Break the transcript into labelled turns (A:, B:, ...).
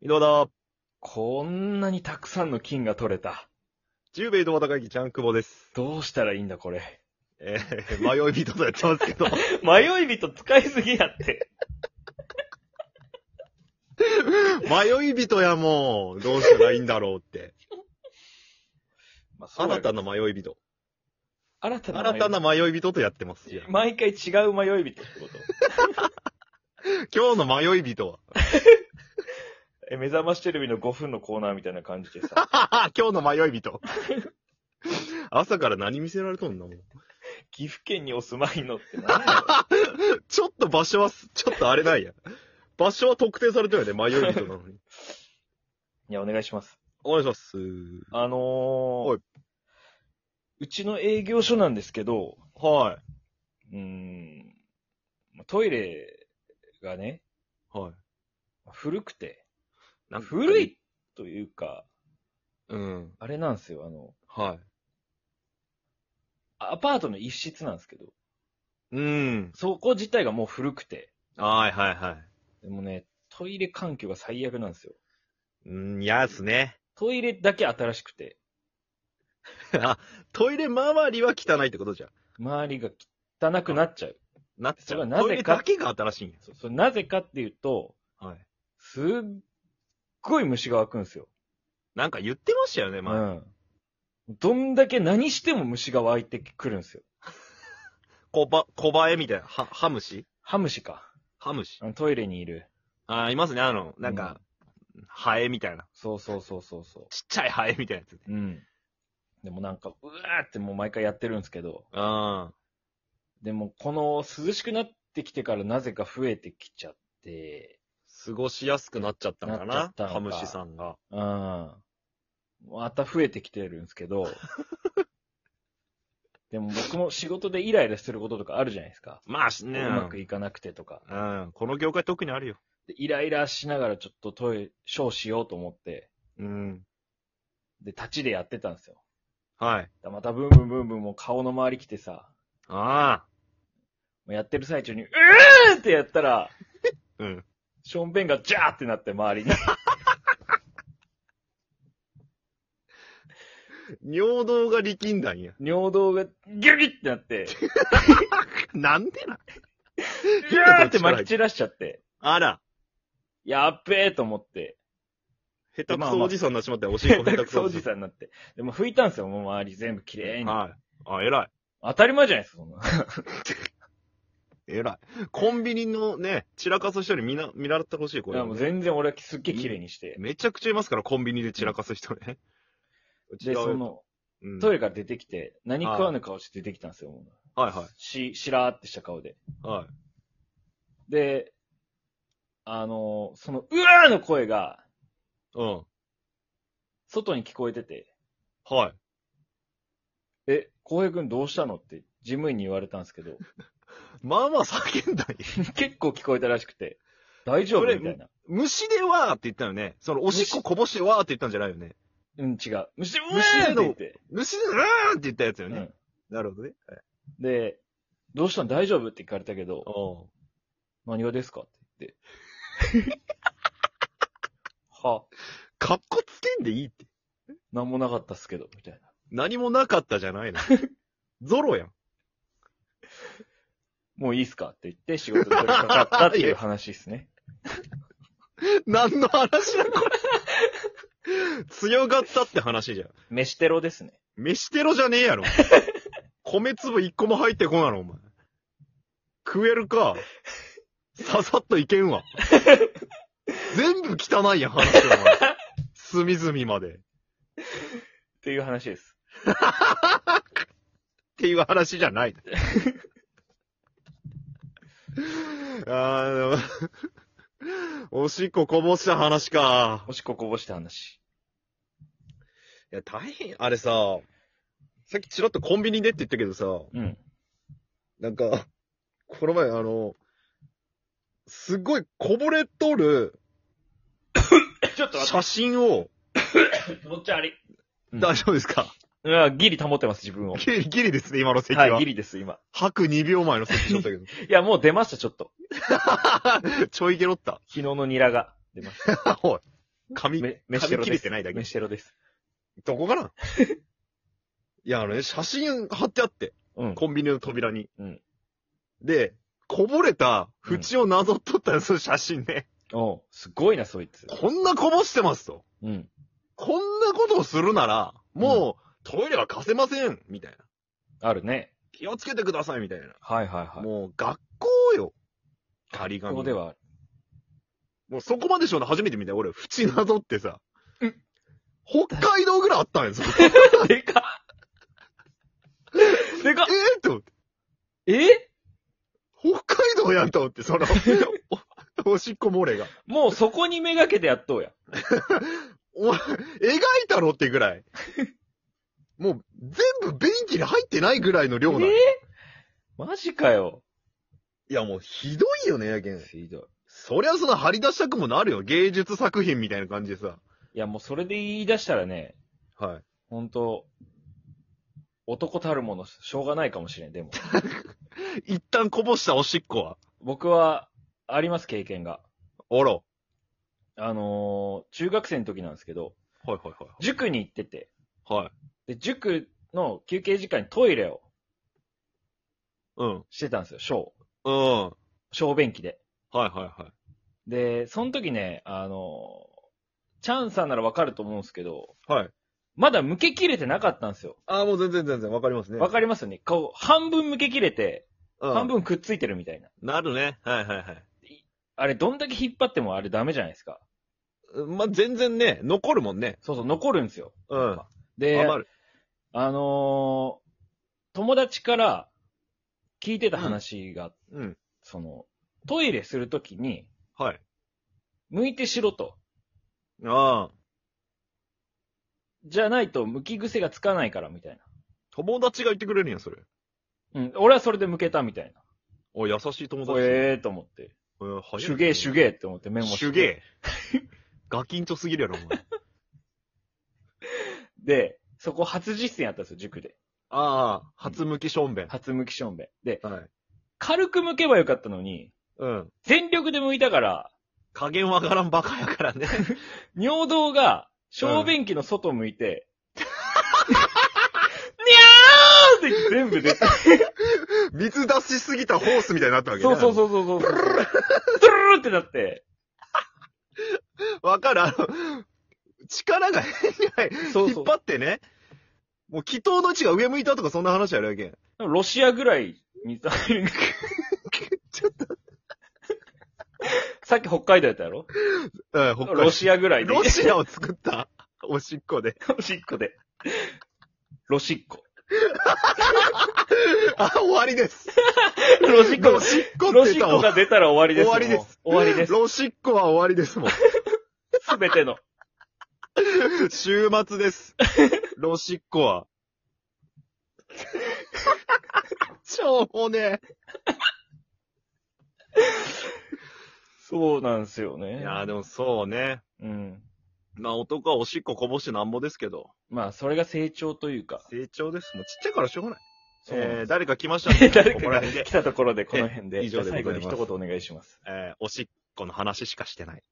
A: 井戸田、
B: こんなにたくさんの金が取れた。
A: 十兵衛の高木ちゃん久保です。
B: どうしたらいいんだこれ。
A: えー、迷い人とやってますけ ど、
B: 迷い人使いすぎやって。
A: 迷い人やもう、どうしたらいいんだろうって。
B: まあ、そう
A: 新
B: や
A: たな迷い人。
B: 新たな迷い
A: 新たな迷い人とやってますじゃん。
B: 毎回違う迷い人ってこと。
A: 今日の迷い人は、
B: え、目覚ましテレビの5分のコーナーみたいな感じ でさ、
A: はは今日の迷い 人。朝から何見せられとんのもう
B: 岐阜県にお住まいのって何やろ
A: ちょっと場所はす、ちょっとあれないや。場所は特定されてるよね、迷い人なのに。
B: いや、お願いします。
A: お願いします。
B: あのー、
A: はいう
B: ちの営業所なんですけど、
A: は
B: うーん、まあトイレがね、
A: い。はい。
B: 古くて、
A: なんか
B: 古いというか、
A: うん。
B: あれなんですよ、あの、
A: は
B: アパートの一室なんですけど、
A: い。うん。
B: そこ自体がもう古くて、
A: はいはいは
B: でもね、トイレ環境が最悪なんですよ。
A: い。うん、嫌っすね。
B: トイレだけ新しくて、
A: あ、トイレ周りは汚いってことじゃん。
B: 周りが汚くなっちゃう。
A: なっちゃ
B: それは
A: う。
B: なぜか
A: トイレだけが新しいんや。
B: そうそれなぜかっていうと、
A: はい。
B: すっごい虫が湧くんですよ。
A: なんか言ってましたよね、前。
B: うん。どんだけ何しても虫が湧いてくるんですよ。
A: コバ、コバエみたいな。は、ハムシ
B: ハムシか。
A: ハムシ
B: あのトイレにいる。
A: あー、いますね、あの、なんか、ハエみたいな。
B: そうそうそうそうそ
A: ちっちゃいハエみたいなやつね。
B: う。うん。でもなんか、うわーってもう毎回やってるんですけど、
A: あ
B: でもこの涼しくなってきてからなぜか増えてきちゃって、
A: ー過ごしやすくなっちゃったのか
B: なっちゃ
A: な
B: ったのか
A: ハムシさんが。
B: うん。また増えてきてるんですけど。でも僕も仕事でイライラすることとかあるじゃないですか。
A: まあ、しね。
B: うまくいかなくてとか。
A: うん。この業界特にあるよ。
B: でイライラしながらちょっとトイレ、ショーしようと思って、
A: うん。
B: で、立ちでやってたんですよ。
A: はい。
B: だまたブンブンブンブンもう顔の周り来てさ、
A: ああ。
B: やってる最中に、うーってやったら、
A: うん。
B: ションベンがジャーってなって周りに。
A: 尿道が力んだんや。
B: 尿道がギュギュってなって、
A: なんでな
B: ギューって撒き散らしちゃって、
A: あら。
B: やっべーと思って、
A: 下手くそおじさんになっちまったよ。おしっこ下手くそ
B: お
A: お
B: じ
A: じさ
B: さんになって。でも拭いたんですよ、もう周り全部綺麗
A: ん。
B: に。
A: はい。あ、偉い。
B: 当たり前じゃないですか、そんな。
A: えらい。コンビニのね、散らかす人にみな、見習ってほしい、こ
B: い
A: れ
B: や
A: は
B: もう
A: ね、
B: 全然俺はすっげえ綺麗にして。
A: めちゃくちゃいますから、コンビニで散らかす人 ね。うち
B: で、そ、の、
A: うん
B: トイレから出てきて、何食わぬ顔して出てきたんですよ、もう。
A: はいは
B: し、しらーってした顔で。
A: い。はい。
B: で、あのーその、うわーの声が、
A: う
B: 外に聞こえてて、
A: ん。はい。
B: え、浩平くんどうしたのって、事務員に言われたんです けど、
A: まあまあ叫んだんや
B: 結構聞こえたらしくて、大丈夫
A: それ
B: みたいな。
A: 虫でわーって言ったよね。その、おしっここぼしてわーって言ったんじゃないよね。
B: うん、違う。むしろ、うわ
A: 虫
B: ーって
A: の
B: 言って。
A: 虫でわーって言ったやつよね。なるほどね。
B: うんで、どうしたの大丈夫って聞かれたけど、
A: お
B: 何がですかって 言って。は、
A: かっこつけんでいいって。
B: なんもなかったっすけど、みたいな。
A: 何もなかったじゃ ないの。ゾロやん。
B: もういいっすかって言って仕事に取り掛かったっていう話です ね。
A: 何の話だ、これ。強がったって話じゃん。
B: 飯テロですね。
A: 飯テロじゃねえやろ。米粒一個も入ってこないの、お前。食えるか。ささっといけんわ。全部汚いやん、話は。お前隅々まで。っ
B: っていう話です。
A: ていう話じゃない。あの、おしっここぼした話か。
B: おしっここぼした話。
A: いや、大変。あれさ、さっきちらっとコンビニでって言ったけどさ、
B: うん。
A: なんか、この前あの、すごいこぼれとる
B: ちょっと待
A: 写真を、
B: って、どっちあり。うん
A: 大丈夫ですか
B: うわ、ギリ保ってます、自分を。
A: ギリ、ギリですね、今の席は。
B: はい、ギリです、今。
A: 吐く2秒前の席ちょったけ
B: いや、もう出 ました、ちょっと。
A: ど。ちょいゲロった。
B: 昨日のニラが。出ました。
A: おい。髪、
B: め
A: 髪
B: 飯テロ
A: 切
B: で
A: れ
B: す
A: てないだけ
B: メ。シテロです。
A: どこか ないや、あのね、写真貼ってあって、
B: うん。
A: コンビニの扉に。
B: うん
A: で、こぼれた縁をなぞっとったやつの写真ね。
B: おうすごいな、そいつ。
A: こんなこぼしてますと。
B: うん。
A: こんなことをするなら、もう、トイレは貸せませんみたいな。
B: あるね。
A: 気をつけてくださいみたいな。
B: はいはいはい。
A: もう、学校よ。張り
B: こ
A: 紙。
B: こではある。
A: もうそこまでしょうの初めて見たよ俺、縁なぞってさ。北海道ぐらいあったんや、それえ
B: でかっでかっ
A: ーと思って。
B: え
A: 北海道やんと思って、その、お おしっこ漏れが。
B: もうそこにめがけてやっとうや。
A: お前、描いたろってぐら い。もう、全部便器に入ってないぐらいの量なの。
B: え
A: い
B: マジかよ。
A: や、もう、ひどいよね、やけん。
B: ひどい。
A: そりゃその張り出したくもなるよ。芸術作品みたいな感じでさ。
B: いや、もうそれで言い出したらね、
A: はい。
B: ほんと、男たるもの、しょうがないかもしれん、でも。
A: 一旦こぼしたおしっこは。
B: 僕は、あります、経験が。
A: あら。はい
B: あのー中学生の時なんですけど、
A: はいは
B: 塾に行ってて、
A: い。はい。
B: で、塾の休憩時間にトイレを
A: うん。
B: してたんですよ、小。
A: うん。は
B: 小便器で。
A: いはいはい。
B: で、その時ね、あのーチャンさんならわかると思うんですけど、
A: はい。
B: まだ向け切れてなかったんですよ。
A: ああ、もう全然全然わかりますね
B: わかりますよね。こう、半分向け切れて、
A: うん
B: 半分くっついてるみたいな。
A: なるね。はいはいはい。
B: あれ、どんだけ引っ張ってもあれダメじゃないですか。
A: うんまあ、全然ね、残るもんね。
B: そうそう、残るんですよ。
A: うん
B: やっぱ。で、
A: 余る。
B: あのー友達から聞いてた話が、
A: うん。
B: その、トイレするときに、
A: はい。
B: 向いてしろと。
A: ああ。
B: じゃないと、向き癖がつかないから、みたい
A: 友達が言ってくれるんや、それ。
B: な。うん。俺はそれで向けた、みたい
A: お、優しい友
B: な。
A: 達。え
B: ええーと思って。
A: ー、早い
B: 手芸、手芸って思ってメモして。
A: 手芸。 ガキンチョすぎるやろ、お前。
B: で、そこ初実践やったんですよ、塾で。
A: ああ、初向きしょんべん。
B: 初向きしょんべん。で、
A: はい。
B: 軽く向けばよかったのに、
A: うん。
B: 全力で向いたから、
A: 加減わからんバカやからね。
B: 尿道が、小便器の外向いて、にゃーって全部出た。
A: 水出しすぎたホースみたいになったわけね。
B: そうそう
A: う。
B: そうそうそう。トゥルルルルってなって、
A: わかる、あの、力が変じゃない。
B: そう
A: 引
B: そ
A: っ張ってね。もう、祈祷の位置が上向いたとかそんな話やるやけん。
B: う。ロシアぐらいにさ、
A: ちょっ
B: さっき北海道やったやろ
A: と、うん、北海道
B: ロシアぐらいで。
A: ロシアを作った、おしっこ で。
B: ロシっこで。ロシっこ。
A: あ、終わりです。
B: ロシっこ
A: ロシっこ
B: ロ
A: って
B: シ
A: 言っ
B: ッ
A: た
B: コ
A: わ
B: が出たら終わりです。
A: 終わりです
B: もう終わりです。
A: ロシっこは終わりですもん。
B: すべての。
A: 週末 です。ロシっこは。しょうもね
B: そうなんですよね。
A: いやーでもそうね。
B: うん。
A: まあ男はおしっここぼしてなんぼですけど。
B: まあ、それが成長というか。
A: 成長です。もうちっちゃいからしょうがない。
B: そうなん
A: え
B: で
A: ー、
B: す
A: 誰か来ましたんで、
B: 誰
A: ここ
B: からが
A: 辺で
B: 来。たところで、この辺で。
A: え以上で
B: じゃあ最後に
A: ござい
B: 一
A: ます
B: 言お願いします。
A: えー、おしっこの話しかしてない。